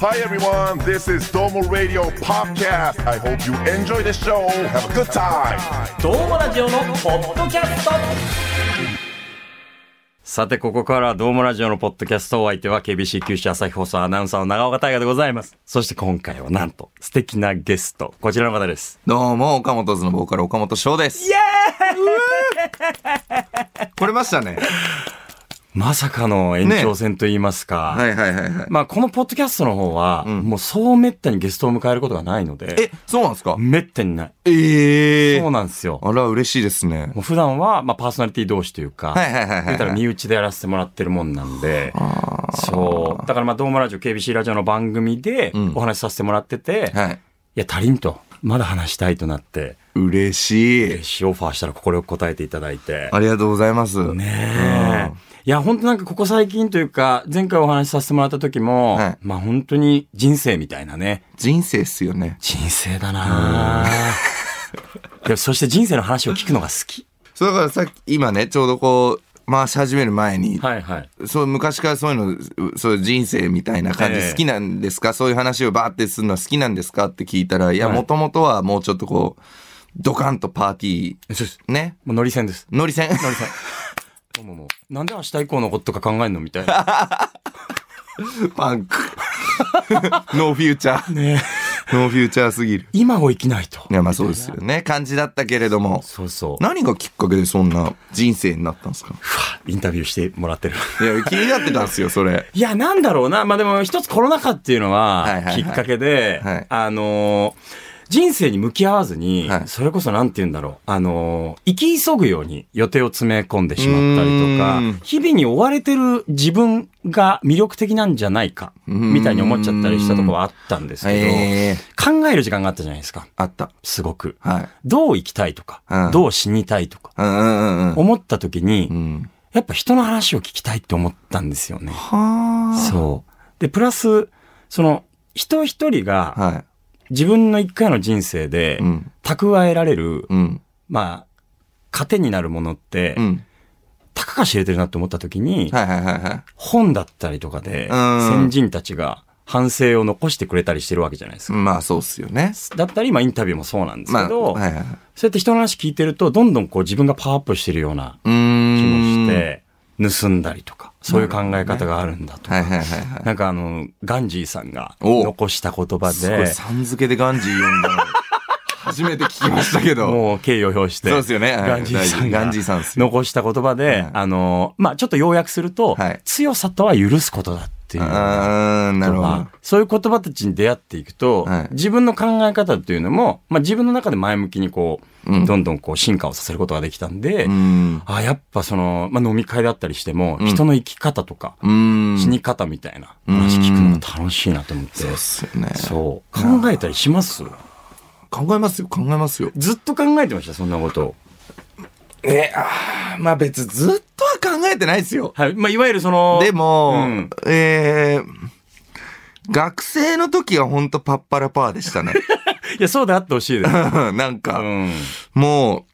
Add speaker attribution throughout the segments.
Speaker 1: Hi everyone, this is Domo Radio Podcast. I hope you enjoy the show. Have a good time.
Speaker 2: どうもラジオのポッドキャスト
Speaker 3: さて、ここからはドームラジオのポッドキャストお相手は KBC 九州朝日放送アナウンサーの長岡大河でございます。そして今回はなんと素敵なゲスト、こちらの方です。
Speaker 4: どうも、岡本図のボーカル、岡本翔です。イエー イ来れましたね。
Speaker 3: まさかの延長戦といいますか。
Speaker 4: はいはいはいはい。
Speaker 3: まあ、このポッドキャストの方は、もうそうめったにゲストを迎えることがないので、
Speaker 4: え、そうなんですか
Speaker 3: めったにない。
Speaker 4: ええ
Speaker 3: そうなんですよ。
Speaker 4: あら、嬉しいですね。
Speaker 3: もう普段は、まあ、パーソナリティ同士というか、
Speaker 4: はいはいはいはいはい
Speaker 3: 言ったら身内でやらせてもらってるもんなんで、そう。だからまあ、ドームラジオ、KBC ラジオの番組で
Speaker 4: ん
Speaker 3: お話しさせてもらってて、
Speaker 4: はい。
Speaker 3: いや、足りんと。まだ話したいとなって、
Speaker 4: 嬉しい。
Speaker 3: 嬉しいオファーしたら快く答えていただいて。
Speaker 4: ありがとうございます。
Speaker 3: ねえ。いや、本当なんかここ最近というか、前回お話しさせてもらった時も、
Speaker 4: はい
Speaker 3: まあ本当に人生みたいなね。
Speaker 4: 人生っすよね。
Speaker 3: 人生だなあ でもそして人生の話を聞くのが好き。
Speaker 4: そうだからさっき、今ね、ちょうどこう、回し始める前に、
Speaker 3: はいはい。
Speaker 4: そう昔からそういうの、そういう人生みたいな感じ
Speaker 3: ええ
Speaker 4: 好きなんですか、そういう話をバーってするのは好きなんですかって聞いたら、いや、
Speaker 3: はい
Speaker 4: もともとはもうちょっとこう、ドカンとパーティ
Speaker 3: そうです。
Speaker 4: ー、ね。
Speaker 3: もう乗り線です。
Speaker 4: ノリ戦。
Speaker 3: 乗り線。もうもうもうなんで明日以降のこととか考えんのみたいな。
Speaker 4: パンク。 ノーフューチャー。
Speaker 3: ね
Speaker 4: ノーフューチャーすぎる。
Speaker 3: 今を生きないと。
Speaker 4: いや、まあそうですよね。感じだったけれども。
Speaker 3: そうそう。
Speaker 4: 何がきっかけでそんな人生になったんですか
Speaker 3: インタビューしてもらってる。
Speaker 4: いや、気になってたんですよ、それ。
Speaker 3: いや、なんだろうな。まあ、でも一つコロナ禍っていうの
Speaker 4: はい
Speaker 3: は
Speaker 4: はいは、い
Speaker 3: きっかけで、
Speaker 4: はい
Speaker 3: あのー人生に向き合わずに、
Speaker 4: はい
Speaker 3: それこそなんて言うんだろう。あのー生き急ぐように予定を詰め込んでしまった
Speaker 4: う
Speaker 3: り
Speaker 4: ー
Speaker 3: と
Speaker 4: ん
Speaker 3: か、日々に追われてる自分が魅力的なんじゃないか、
Speaker 4: ーん
Speaker 3: みたいに思っちゃったりしたとこはあったんですけど、
Speaker 4: ええ
Speaker 3: 考える時間があったじゃないですか。
Speaker 4: あった。
Speaker 3: すごく。
Speaker 4: はい。
Speaker 3: どう生きたいとか、
Speaker 4: うん
Speaker 3: どう死にたいとか、
Speaker 4: うんうんうん
Speaker 3: 思った時に、
Speaker 4: うん。うん。
Speaker 3: やっぱ人の話を聞きたいって思ったんですよね。
Speaker 4: は
Speaker 3: そう。で、プラス、その、人一人
Speaker 4: あ。
Speaker 3: が
Speaker 4: は
Speaker 3: 自分の一回の人生で
Speaker 4: い。うん。
Speaker 3: 蓄えられる、
Speaker 4: うん。
Speaker 3: まあ、糧になるものって
Speaker 4: う、ん。
Speaker 3: たかが知れてるなって思った時に、
Speaker 4: はいはいはいはい。
Speaker 3: 本だったりとかで、
Speaker 4: うん
Speaker 3: 先人たちが反省を残してくれたりしてるわけじゃないですか。
Speaker 4: まあそうっすよね。
Speaker 3: だったり、まあインタビューもそうなんです
Speaker 4: ま
Speaker 3: け
Speaker 4: あ、
Speaker 3: ど、
Speaker 4: はいはい。
Speaker 3: そうやって人の話聞いてると、どんどんこう自分がパワーアップしてるような気
Speaker 4: うーん。
Speaker 3: もし。て、盗んだりとか、そういう考え方があるんだとか
Speaker 4: はいはいはいはい。
Speaker 3: なんかあの、ガンジーさんが
Speaker 4: お
Speaker 3: 残した言葉
Speaker 4: すごい、
Speaker 3: で、
Speaker 4: さん付けでガンジー読ん だの。初めて聞きましたけど。
Speaker 3: もう敬意を表して、
Speaker 4: そうですよね。はい
Speaker 3: ガンジーさんが
Speaker 4: ガンジーさんですよ。
Speaker 3: 残した言葉で、
Speaker 4: はい
Speaker 3: あの、まあちょっと要約すると、
Speaker 4: はい
Speaker 3: 強さとは許すことだっていう。
Speaker 4: あーなるほど。
Speaker 3: そういう言葉たちに出会っていくと、
Speaker 4: はい
Speaker 3: 自分の考え方っていうのも、まあ、自分の中で前向きにこう、
Speaker 4: うん
Speaker 3: どんどんこう進化をさせることができたんで、
Speaker 4: うん。
Speaker 3: あやっぱその、まあ、飲み会だったりしても、
Speaker 4: うん
Speaker 3: 人の生き方とか、
Speaker 4: うん。
Speaker 3: 死に方みたいな話聞くのが楽しいなと思って、
Speaker 4: そうっすよね。
Speaker 3: そう。考えたりします
Speaker 4: 考えますよ、考えますよ。
Speaker 3: ずっと考えてました、そんなこと。
Speaker 4: え、あーまあ別にずっとは考えてないですよ。
Speaker 3: はい。まあ、いわゆるその、
Speaker 4: でも、
Speaker 3: うん
Speaker 4: えー学生の時はほんとパッパラパーでした ね。
Speaker 3: いや、そうであってほしいです。
Speaker 4: なん
Speaker 3: う
Speaker 4: か、
Speaker 3: ん。
Speaker 4: も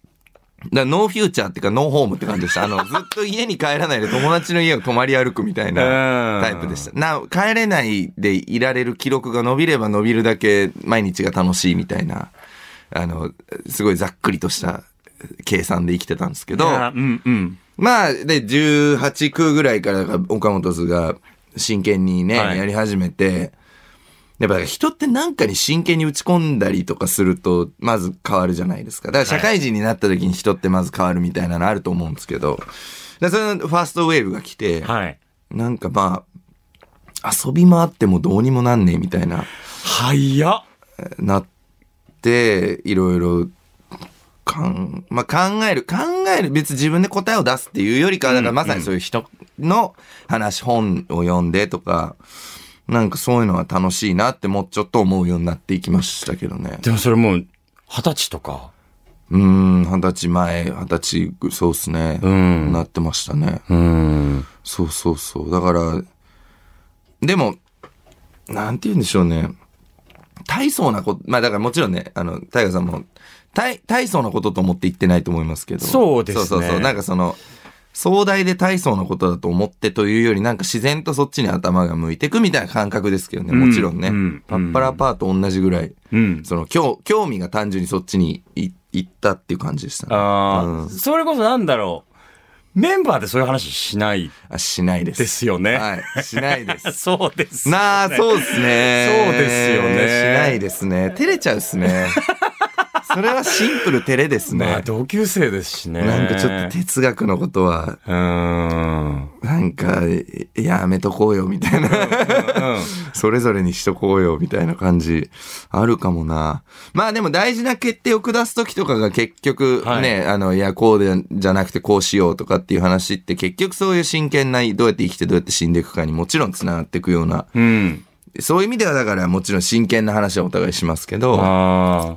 Speaker 4: う、だノーフューチャーっていうかノーホームって感じでした。あ の、ずっと家に帰らないで友達の家を泊まり歩くみたい
Speaker 3: うん
Speaker 4: なタイプでした。な、帰れないでいられる記録が伸びれば伸びるだけ毎日が楽しいみたいな、あの、すごいざっくりとした計算で生きてたんですけど、
Speaker 3: あうん、うん。
Speaker 4: まあ、で、18区ぐらいからが岡本図が真剣にね、
Speaker 3: はい
Speaker 4: やり始めて、やっぱ人って何かに真剣に打ち込んだりとかすると、まず変わるじゃないですか。だから社会人になった時に人ってまず変わるみたいなのあると思うんですけど、でそのファーストウェーブが来て、
Speaker 3: はい。
Speaker 4: なんかまあ、遊び回ってもどうにもなんねえみたいな、
Speaker 3: 早っ。
Speaker 4: なって、いろいろ、かん、まあ、考える、考える、別に自分で答えを出すっていうよりかは、だからまさにそういう人の話、本を読んでとか、なんかそういうのは楽しいなってもうちょっと思うようになっていきましたけどね。
Speaker 3: でもそれもう、二十歳とか。
Speaker 4: うーん、二十歳前、二十歳、そうっすね。
Speaker 3: ん
Speaker 4: なってましたね。
Speaker 3: うん。
Speaker 4: そうそうそう。だから、でも、なんて言うんでしょうね。大層なこと、まあだからもちろんね、あの、タイガーさんも、大、大層なことと思って言ってないと思いますけど。
Speaker 3: そうですね
Speaker 4: そうそうそう。なんかその、壮大で大層なことだと思ってというより、なんか自然とそっちに頭が向いてくみたいな感覚ですけどね、もちろんね。
Speaker 3: うんうん
Speaker 4: パッパラパーと同じぐらい、
Speaker 3: うん
Speaker 4: その、興興味が単純にそっちにい行ったっていう感じでしたね、
Speaker 3: ああ、
Speaker 4: うん
Speaker 3: それこそなんだろう。メンバーでそういう話しない
Speaker 4: あしないです。
Speaker 3: ですよね。
Speaker 4: はい。 しないです。
Speaker 3: そうです。
Speaker 4: なあ、そうですね。
Speaker 3: そうですよね
Speaker 4: しないですね。照れちゃうっ すね。それはシンプル照れです
Speaker 3: まあ、
Speaker 4: ね。
Speaker 3: 同級生ですしね。
Speaker 4: なんかちょっと哲学のことは、
Speaker 3: うーん。
Speaker 4: なんか、やめとこうよ、みたいな。 それぞれにしとこうよ、みたいな感じ、あるかもな。まあでも大事な決定を下すときとかが結局
Speaker 3: はい
Speaker 4: ね、あの、いや、こうでじゃなくてこうしようとかっていう話って結局そういう真剣な、どうやって生きてどうやって死んでいくかにもちろん繋がっていくような
Speaker 3: うん。
Speaker 4: そういう意味ではだからもちろん真剣な話はお互いしますけど、
Speaker 3: ああ。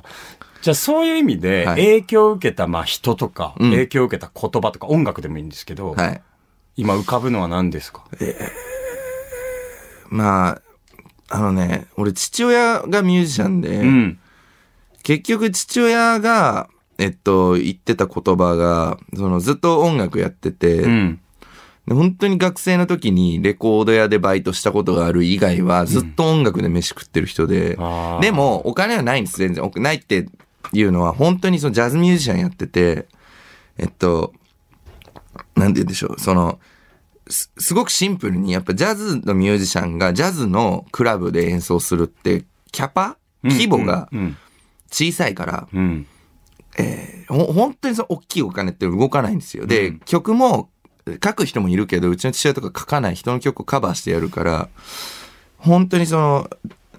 Speaker 3: じゃあそういう意味で
Speaker 4: はい
Speaker 3: 影響を受けたまあ人とか、
Speaker 4: うん
Speaker 3: 影響を受けた言葉とか音楽でもいいんですけど、
Speaker 4: はい。
Speaker 3: 今浮かぶのは何ですか
Speaker 4: まあ、あのね、俺父親がミュージシャンで、
Speaker 3: うん。
Speaker 4: 結局父親が、えっと、言ってた言葉が、そのずっと音楽やってて、
Speaker 3: うん。
Speaker 4: で本当に学生の時にレコード屋でバイトしたことがある以外はずっと音楽で飯食ってる人で、
Speaker 3: あー
Speaker 4: でもお金はないんです全然おないっていうのは本当にそのジャズミュージシャンやっててえっとなんて言うんでしょうそのすすごくシンプルにやっぱジャズのミュージシャンがジャズのクラブで演奏するってキャパ規模が
Speaker 3: うん。
Speaker 4: 小さいから、
Speaker 3: うん。
Speaker 4: ほ本当にその大きいお金って動かないんですよ。で、曲も書く人もいるけど、うちの父親とか書かない人の曲をカバーしてやるから、本当にその、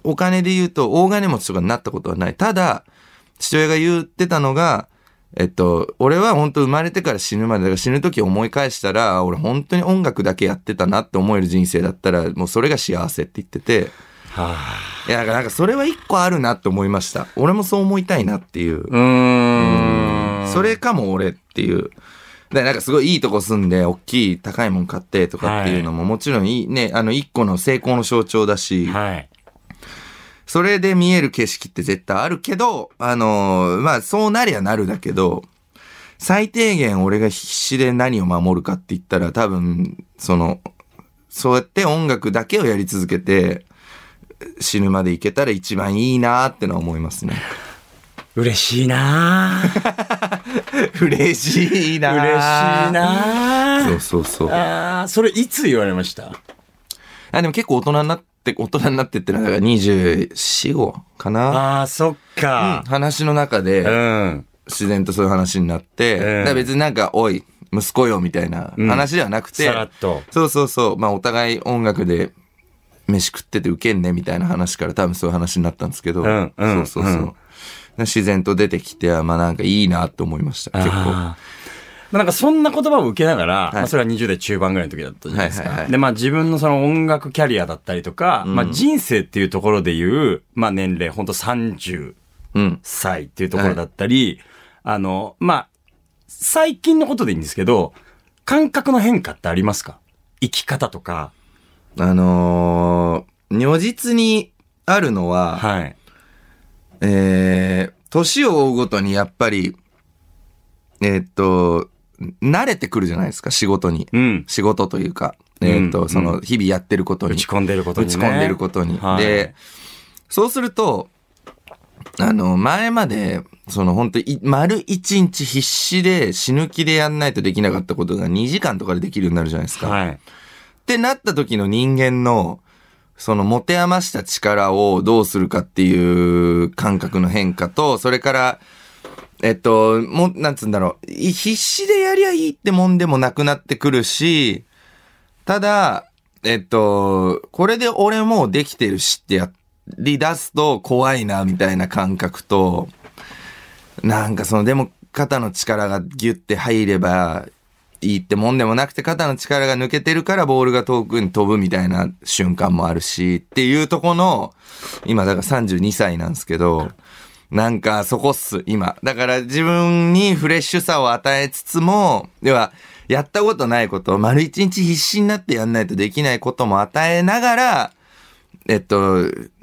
Speaker 4: お金で言うと大金持ちとかになったことはない。ただ、父親が言ってたのが、えっと、俺は本当生まれてから死ぬまで、だから死ぬ時思い返したら、あ俺本当に音楽だけやってたなって思える人生だったら、もうそれが幸せって言ってて、
Speaker 3: はあ。
Speaker 4: いや、だからなんかそれは一個あるなって思いました。俺もそう思いたいなっていう。
Speaker 3: うーん。
Speaker 4: それかも俺っていう。で、なんかすごいいいとこ住んで、大きい高いもん買ってとかっていうのも、もちろんいいね、あの、一個の成功の象徴だし、
Speaker 3: はい。
Speaker 4: それで見える景色って絶対あるけど、あのーまあ、そうなりゃなるだけど、最低限俺が必死で何を守るかって言ったら、多分、その、そうやって音楽だけをやり続けて、死ぬまでいけたら一番いいなーってのは思います ね。
Speaker 3: 嬉しいなぁ。
Speaker 4: 嬉しい な
Speaker 3: 嬉しい
Speaker 4: ー
Speaker 3: な
Speaker 4: そ
Speaker 3: ぁ
Speaker 4: う。そうそう。
Speaker 3: ああ、それいつ言われました
Speaker 4: あ、でも結構大人になって、大人になってってのは、だから24、5かな。
Speaker 3: ああ、そっか。
Speaker 4: 話の中
Speaker 3: う
Speaker 4: で、
Speaker 3: ん。
Speaker 4: 自然とそういう話になっ
Speaker 3: え
Speaker 4: て、
Speaker 3: え
Speaker 4: だから別になんか、おい、息子よ、みたいな
Speaker 3: うん
Speaker 4: 話ではなくて、
Speaker 3: さらっと。
Speaker 4: そうそうそう、まあお互い音楽で、飯食っててウケんね、みたいな話から多分そういう話になったんですけど、
Speaker 3: うんうん
Speaker 4: そうそうそう。
Speaker 3: うん
Speaker 4: 自然と出てきて、あまあなんかいいなと思いました、結構。
Speaker 3: あーなんかそんな言葉を受けながら、
Speaker 4: い
Speaker 3: まあそれは20代中盤ぐらいの時だったじゃないですか。
Speaker 4: はいはいはい
Speaker 3: で、まあ自分のその音楽キャリアだったりとか、まあ人生っていうところでいう、まあ年齢、ほんと30
Speaker 4: うん。
Speaker 3: 歳っていうところだったり、あの、まあ、最近のことでいいんですけど、感覚の変化ってありますか生き方とか。
Speaker 4: あのー如実にあるのは、
Speaker 3: はい。
Speaker 4: えー、年を追うごとにやっぱり、えーっと、慣れてくるじゃないですか、仕事に。
Speaker 3: うん。
Speaker 4: 仕事というか、
Speaker 3: ん
Speaker 4: えーっと、そうの、日々やってること
Speaker 3: 打
Speaker 4: に。
Speaker 3: ち込んでることに、ね。
Speaker 4: 打ち込んでることに。
Speaker 3: はい
Speaker 4: で、そうすると、あの、前まで、その本当い丸一日必死で死ぬ気でやんないとできなかったことが2時間とかでできるようになるじゃないですか。
Speaker 3: はい。
Speaker 4: ってなった時の人間の、その持て余した力をどうするかっていう感覚の変化と、それから、えっと、もう、なんつうんだろう、い必死でやりゃいいってもんでもなくなってくるし、ただ、えっと、これで俺もうできてるしってやり出すと怖いな、みたいな感覚と、なんかその、でも肩の力がギュッて入ればいいってもんでもなくて、肩の力が抜けてるからボールが遠くに飛ぶみたいな瞬間もあるし、っていうとこの、今だから32歳なんですけど、なんかそこっす、今。だから自分にフレッシュさを与えつつも、では、やったことないこと、丸一日必死になってやんないとできないことも与えながら、えっと、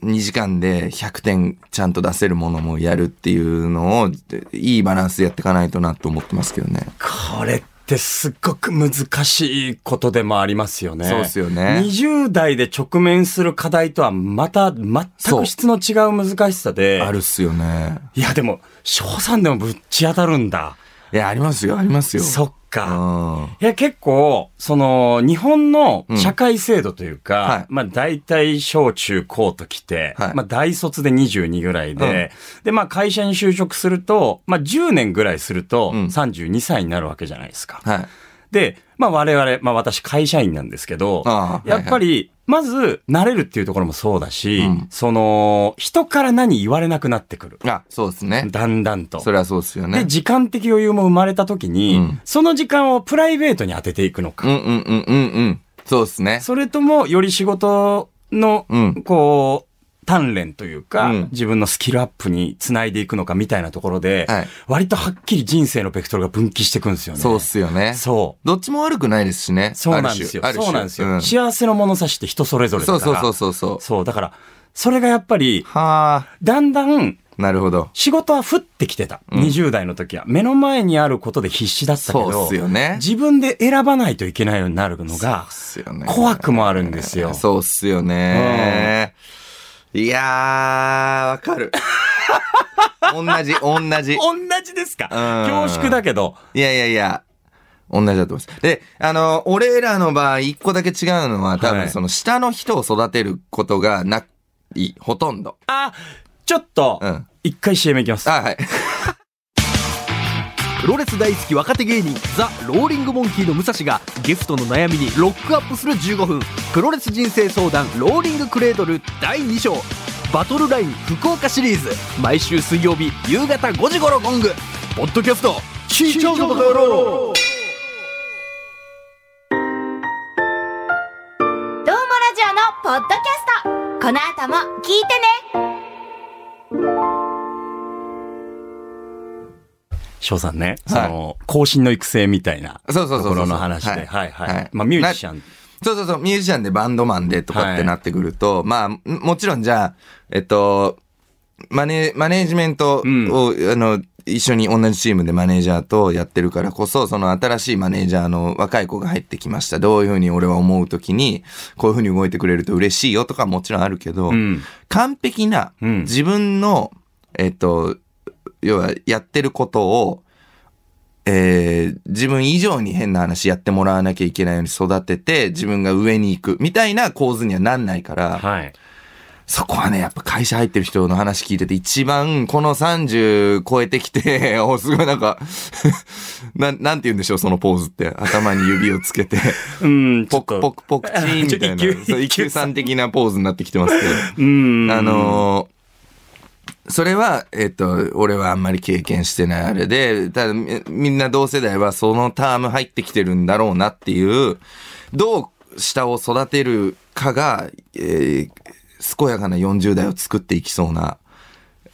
Speaker 4: 2時間で100点ちゃんと出せるものもやるっていうのを、でいいバランスでやっていかないとなと思ってますけどね。
Speaker 3: これっってすっごく難しいことでもありますよね。
Speaker 4: そうっすよね
Speaker 3: 20代で直面する課題とはまた全く質の違う難しさで。
Speaker 4: あるっすよね。
Speaker 3: いやでも、翔さんでもぶっち当たるんだ。
Speaker 4: いや、ありますよ、ありますよ。
Speaker 3: そっ
Speaker 4: う
Speaker 3: か。
Speaker 4: ん。はい
Speaker 3: や、結構、その、日本の
Speaker 4: うん
Speaker 3: 社会制度というか、
Speaker 4: はい
Speaker 3: まあ、大体小中高と来て、
Speaker 4: はい
Speaker 3: まあ、大卒で22ぐらいで、で、まあ、会社に就職すると、まあ、10年ぐらいすると、
Speaker 4: うん
Speaker 3: 32歳になるわけじゃないですか。
Speaker 4: い。
Speaker 3: で、まあ、我々、まあ、私、会社員なんですけど、
Speaker 4: ああ
Speaker 3: やっぱり、まず、慣れるっていうところもそうだし、
Speaker 4: うん
Speaker 3: その、人から何言われなくなってくる。
Speaker 4: あ、そうですね。
Speaker 3: だんだんと。
Speaker 4: それはそうですよ
Speaker 3: で、
Speaker 4: ね。
Speaker 3: 時間的余裕も生まれた時に、
Speaker 4: うん
Speaker 3: その時間をプライベートに当てていくの
Speaker 4: う
Speaker 3: か。
Speaker 4: んうんうんうんうん。そうですね。
Speaker 3: それとも、より仕事の、
Speaker 4: うん
Speaker 3: こう、鍛錬というか、
Speaker 4: うん
Speaker 3: 自分のスキルアップにつないでいくのかみたいなところで、
Speaker 4: はい
Speaker 3: 割とはっきり人生のベクトルが分岐していくんですよね。
Speaker 4: そうっすよね。
Speaker 3: そう。
Speaker 4: どっちも悪くないですしね。
Speaker 3: そうなんですよ。
Speaker 4: ある種
Speaker 3: そうなんですよ。
Speaker 4: ある種
Speaker 3: 幸せの物差しって人それぞ
Speaker 4: うん
Speaker 3: れだか
Speaker 4: そ
Speaker 3: ら。
Speaker 4: うそうそうそうそう。
Speaker 3: そうだから、それがやっぱり、
Speaker 4: はあ、
Speaker 3: だんだん
Speaker 4: なるほど。
Speaker 3: 仕事は降ってきてた。
Speaker 4: ん
Speaker 3: 20代の時は。目の前にあることで必死だったけど、
Speaker 4: そうっすよね。
Speaker 3: 自分で選ばないといけないようになるのが
Speaker 4: そうっ、すよね。
Speaker 3: 怖くもあるんですよ。
Speaker 4: そうっすよね。いやー、わかる。 同じ、同じ。
Speaker 3: 同じですか
Speaker 4: うん
Speaker 3: 恐縮だけど。
Speaker 4: いやいやいや、同じだと思います。で、あの、俺らの場合、一個だけ違うのは、多
Speaker 3: はい
Speaker 4: 分その、下の人を育てることがない、ほとんど。
Speaker 3: あ、ちょっと
Speaker 4: うん、
Speaker 3: 一、回 CM いきます。
Speaker 4: あ、はい。
Speaker 5: プロレス大好き若手芸人ザ・ローリングモンキーの武蔵がゲストの悩みにロックアップする15分プロレス人生相談ローリングクレードル第2章バトルライン福岡シリーズ毎週水曜日夕方5時頃ゴングポッドキャスト聞いちゃうのかよろ
Speaker 6: どうもラジオのポッドキャストこの後も聞いてね
Speaker 3: 翔さんね、その、後進の育成みたいな
Speaker 4: そうそうそ
Speaker 3: とこ
Speaker 4: うそう
Speaker 3: ろの話で。
Speaker 4: は
Speaker 3: はいい
Speaker 4: は
Speaker 3: はいい。まあミュージシャン。
Speaker 4: そうそうそう、ミュージシャンでバンドマンでとかってなってくると、まあ、もちろんじゃあ、えっと、マネ、マネージメントを、
Speaker 3: うん
Speaker 4: あの、一緒に同じチームでマネージャーとやってるからこそ、その新しいマネージャーの若い子が入ってきました。どういうふうに俺は思うときに、こういうふうに動いてくれると嬉しいよとかもちろんあるけど、
Speaker 3: うん。
Speaker 4: 完璧な
Speaker 3: うん
Speaker 4: 自分の、えっと、要はやってることを、えー自分以上に変な話やってもらわなきゃいけないように育てて、自分が上に行くみたいな構図にはなんないから、
Speaker 3: はい。
Speaker 4: そこはね、やっぱ会社入ってる人の話聞いてて、一番この30超えてきて、 お、すごいなんかな、なんて言うんでしょう、そのポーズって。頭に指をつけて、
Speaker 3: うん、
Speaker 4: ポクポクポクチーンみたい
Speaker 3: ちょっと一級
Speaker 4: な、そう一
Speaker 3: 一
Speaker 4: 級
Speaker 3: 級
Speaker 4: さ
Speaker 3: さ
Speaker 4: ん的なポーズになってきてますけ
Speaker 3: う
Speaker 4: ど。
Speaker 3: ん。
Speaker 4: あ、のーそれは、えっ、と、俺はあんまり経験してないあれで、ただみみんな同世代はそのターム入ってきてるんだろうなっていう、どう下を育てるかが、えー健やかな40代を作っていきそうな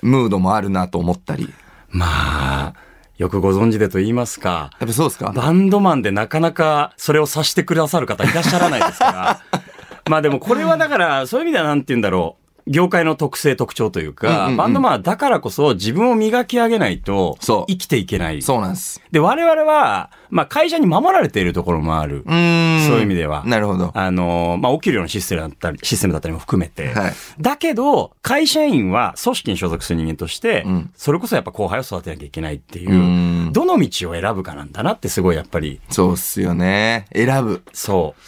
Speaker 4: ムードもあるなと思ったり。
Speaker 3: まあ、よくご存知でと言いますか。
Speaker 4: やっぱそうですか
Speaker 3: バンドマンでなかなかそれを察してくださる方いらっしゃらないです から。まあでもこれはだから、そういう意味ではなんて言うんだろう。業界の特性特徴という
Speaker 4: うん
Speaker 3: か、
Speaker 4: うんうん
Speaker 3: バンドマンはだからこそ自分を磨き上げないと
Speaker 4: そ
Speaker 3: 生
Speaker 4: う
Speaker 3: きていけない。
Speaker 4: そうなんです。
Speaker 3: で、我々は、まあ会社に守られているところもある。
Speaker 4: うーん。
Speaker 3: そういう意味では
Speaker 4: なるほど。
Speaker 3: あの、まあ、お給料のシステムだったり、システムだったりも含めて。
Speaker 4: はい
Speaker 3: だけど、会社員は組織に所属する人間として、
Speaker 4: うん
Speaker 3: それこそやっぱ後輩を育てなきゃいけないっていうう、
Speaker 4: ん
Speaker 3: どの道を選ぶかなんだなってすごいやっぱり、
Speaker 4: そうっすよね。選ぶ。
Speaker 3: そう。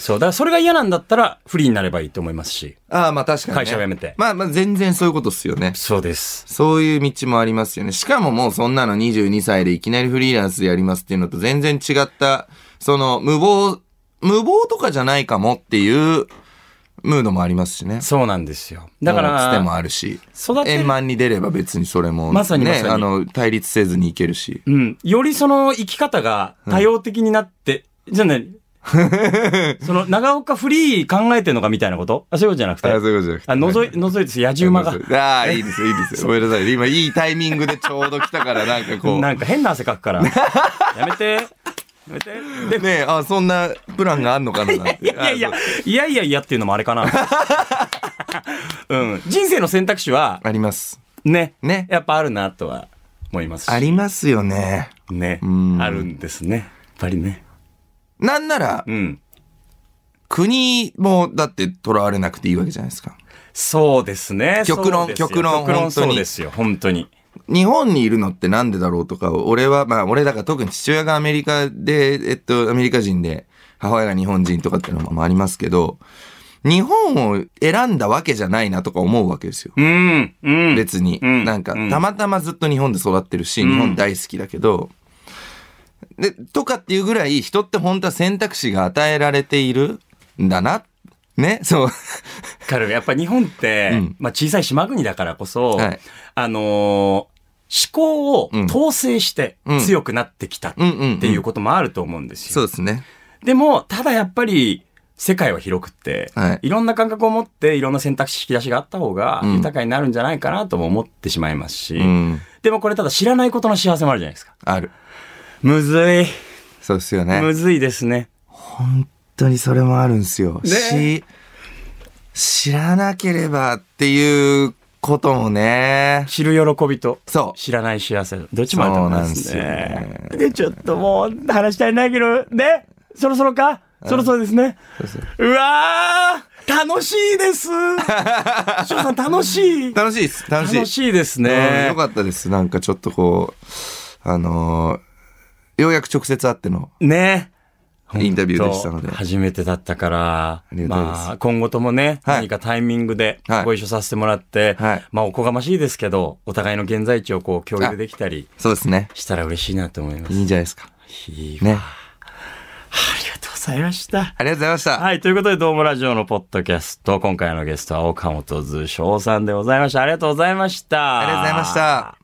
Speaker 3: そう。だからそれが嫌なんだったら、フリーになればいいと思いますし。
Speaker 4: ああ、まあ確かに、ね。
Speaker 3: 会社を辞めて
Speaker 4: まあまあ全然そういうことっすよね。
Speaker 3: そうです。
Speaker 4: そういう道もありますよね。しかももうそんなの22歳でいきなりフリーランスでやりますっていうのと全然違った、その無謀、無謀とかじゃないかもっていうムードもありますしね。
Speaker 3: そうなんですよ。だか
Speaker 4: もうつても
Speaker 3: ら、
Speaker 4: あるし。
Speaker 3: 育て
Speaker 4: 円満に出れば別にそれも、
Speaker 3: まさにまさに
Speaker 4: ね、あの、対立せずにいけるし。
Speaker 3: うん。よりその生き方が多様的になって、じゃあ ね、その、長岡フリー考えてんのかみたいなことあ、そういうことじゃなくて。
Speaker 4: あそういうことじゃなくて
Speaker 3: あ、覗い、覗いて、野じ馬が。
Speaker 4: が。ああ、いいですよ、いいですよ。ごめんなさい。今いいタイミングでちょうど来たからなんかこう。
Speaker 3: な
Speaker 4: ね
Speaker 3: んか変な汗かく から。やめて。やめて。で
Speaker 4: え、あ、そんなプランがあんのかななんて。
Speaker 3: い
Speaker 4: い
Speaker 3: やいや、いやいやいやっていうのもあれか な。うん。人生の選択肢は、
Speaker 4: あります。
Speaker 3: ね。
Speaker 4: ね
Speaker 3: やっぱあるなとは思いますし。
Speaker 4: ありますよね。
Speaker 3: ね
Speaker 4: ん。
Speaker 3: あるんですね。ぱりね。
Speaker 4: なんなら、
Speaker 3: うん。
Speaker 4: 国もだって囚われなくていいわけじゃないですか。
Speaker 3: そうですね。
Speaker 4: 極
Speaker 3: そ
Speaker 4: 論
Speaker 3: うですよ
Speaker 4: 極論
Speaker 3: 極論
Speaker 4: 本当に
Speaker 3: そうですよ、本当に。
Speaker 4: 日本にいるのってなんでだろうとか、俺は、まあ俺だから特に父親がアメリカで、えっと、アメリカ人で、母親が日本人とかっていうのもありますけど、日本を選んだわけじゃないなとか思うわけですよ。
Speaker 3: うん、うん。
Speaker 4: 別に。
Speaker 3: うん
Speaker 4: なんか、
Speaker 3: うん
Speaker 4: たまたまずっと日本で育ってるし、
Speaker 3: ん
Speaker 4: 日本大好きだけど、で、とかっていうぐらい、人って本当は選択肢が与えられているんだな。ね、 そう。
Speaker 3: 彼はやっぱ日本って、
Speaker 4: うん
Speaker 3: まあ小さい島国だからこそ、
Speaker 4: はい
Speaker 3: あのー思考を
Speaker 4: うん
Speaker 3: 統制して
Speaker 4: うん
Speaker 3: 強くなってきたっ
Speaker 4: うんうんうん
Speaker 3: ていうこともあると思うんです
Speaker 4: そ
Speaker 3: よ。
Speaker 4: うですね。
Speaker 3: でも、ただやっぱり、世界は広くって、
Speaker 4: はい
Speaker 3: い、ろんな感覚を持って、いろんな選択肢引き出しがあった方が
Speaker 4: うん
Speaker 3: 豊かになるんじゃないかなとも思ってしまいますし、
Speaker 4: うん。
Speaker 3: でもこれただ知らないことの幸せもあるじゃないですか。
Speaker 4: ある。
Speaker 3: むずい。
Speaker 4: そうですよね。
Speaker 3: むずいですね。
Speaker 4: 本当にそれもあるんですよ。
Speaker 3: ね
Speaker 4: し、知らなければっていうこともね。
Speaker 3: 知る喜びと
Speaker 4: そう
Speaker 3: 知らない幸せどっちもあると思います
Speaker 4: そうなん
Speaker 3: ね
Speaker 4: で
Speaker 3: でちょっともう話したいないけどねそろそろかそろそろですねうわー楽しい です翔さん楽しい
Speaker 4: 楽しいです。楽しい。
Speaker 3: 楽しいです
Speaker 4: うん
Speaker 3: ね
Speaker 4: よかったです。なんかちょっとこう、あのーようやく直接会っての。
Speaker 3: ね
Speaker 4: インタビューでしたので
Speaker 3: 本当初めてだったから、
Speaker 4: りがとうございます
Speaker 3: まあ、今後ともね、
Speaker 4: はい
Speaker 3: 何かタイミングで
Speaker 4: はい
Speaker 3: ご一緒させてもらって、
Speaker 4: はい
Speaker 3: まあ、おこがましいですけど、お互いの現在地をこう共有できたり
Speaker 4: そうですね。
Speaker 3: したら嬉しいなと思います。
Speaker 4: いいんじゃないですか。
Speaker 3: いいわ
Speaker 4: ね。
Speaker 3: ありがとうございました。
Speaker 4: ありがとうございました。
Speaker 3: はい、ということで、ドームラジオのポッドキャスト、今回のゲストは岡本図翔さんでございました。ありがとうございました。
Speaker 4: ありがとうございました。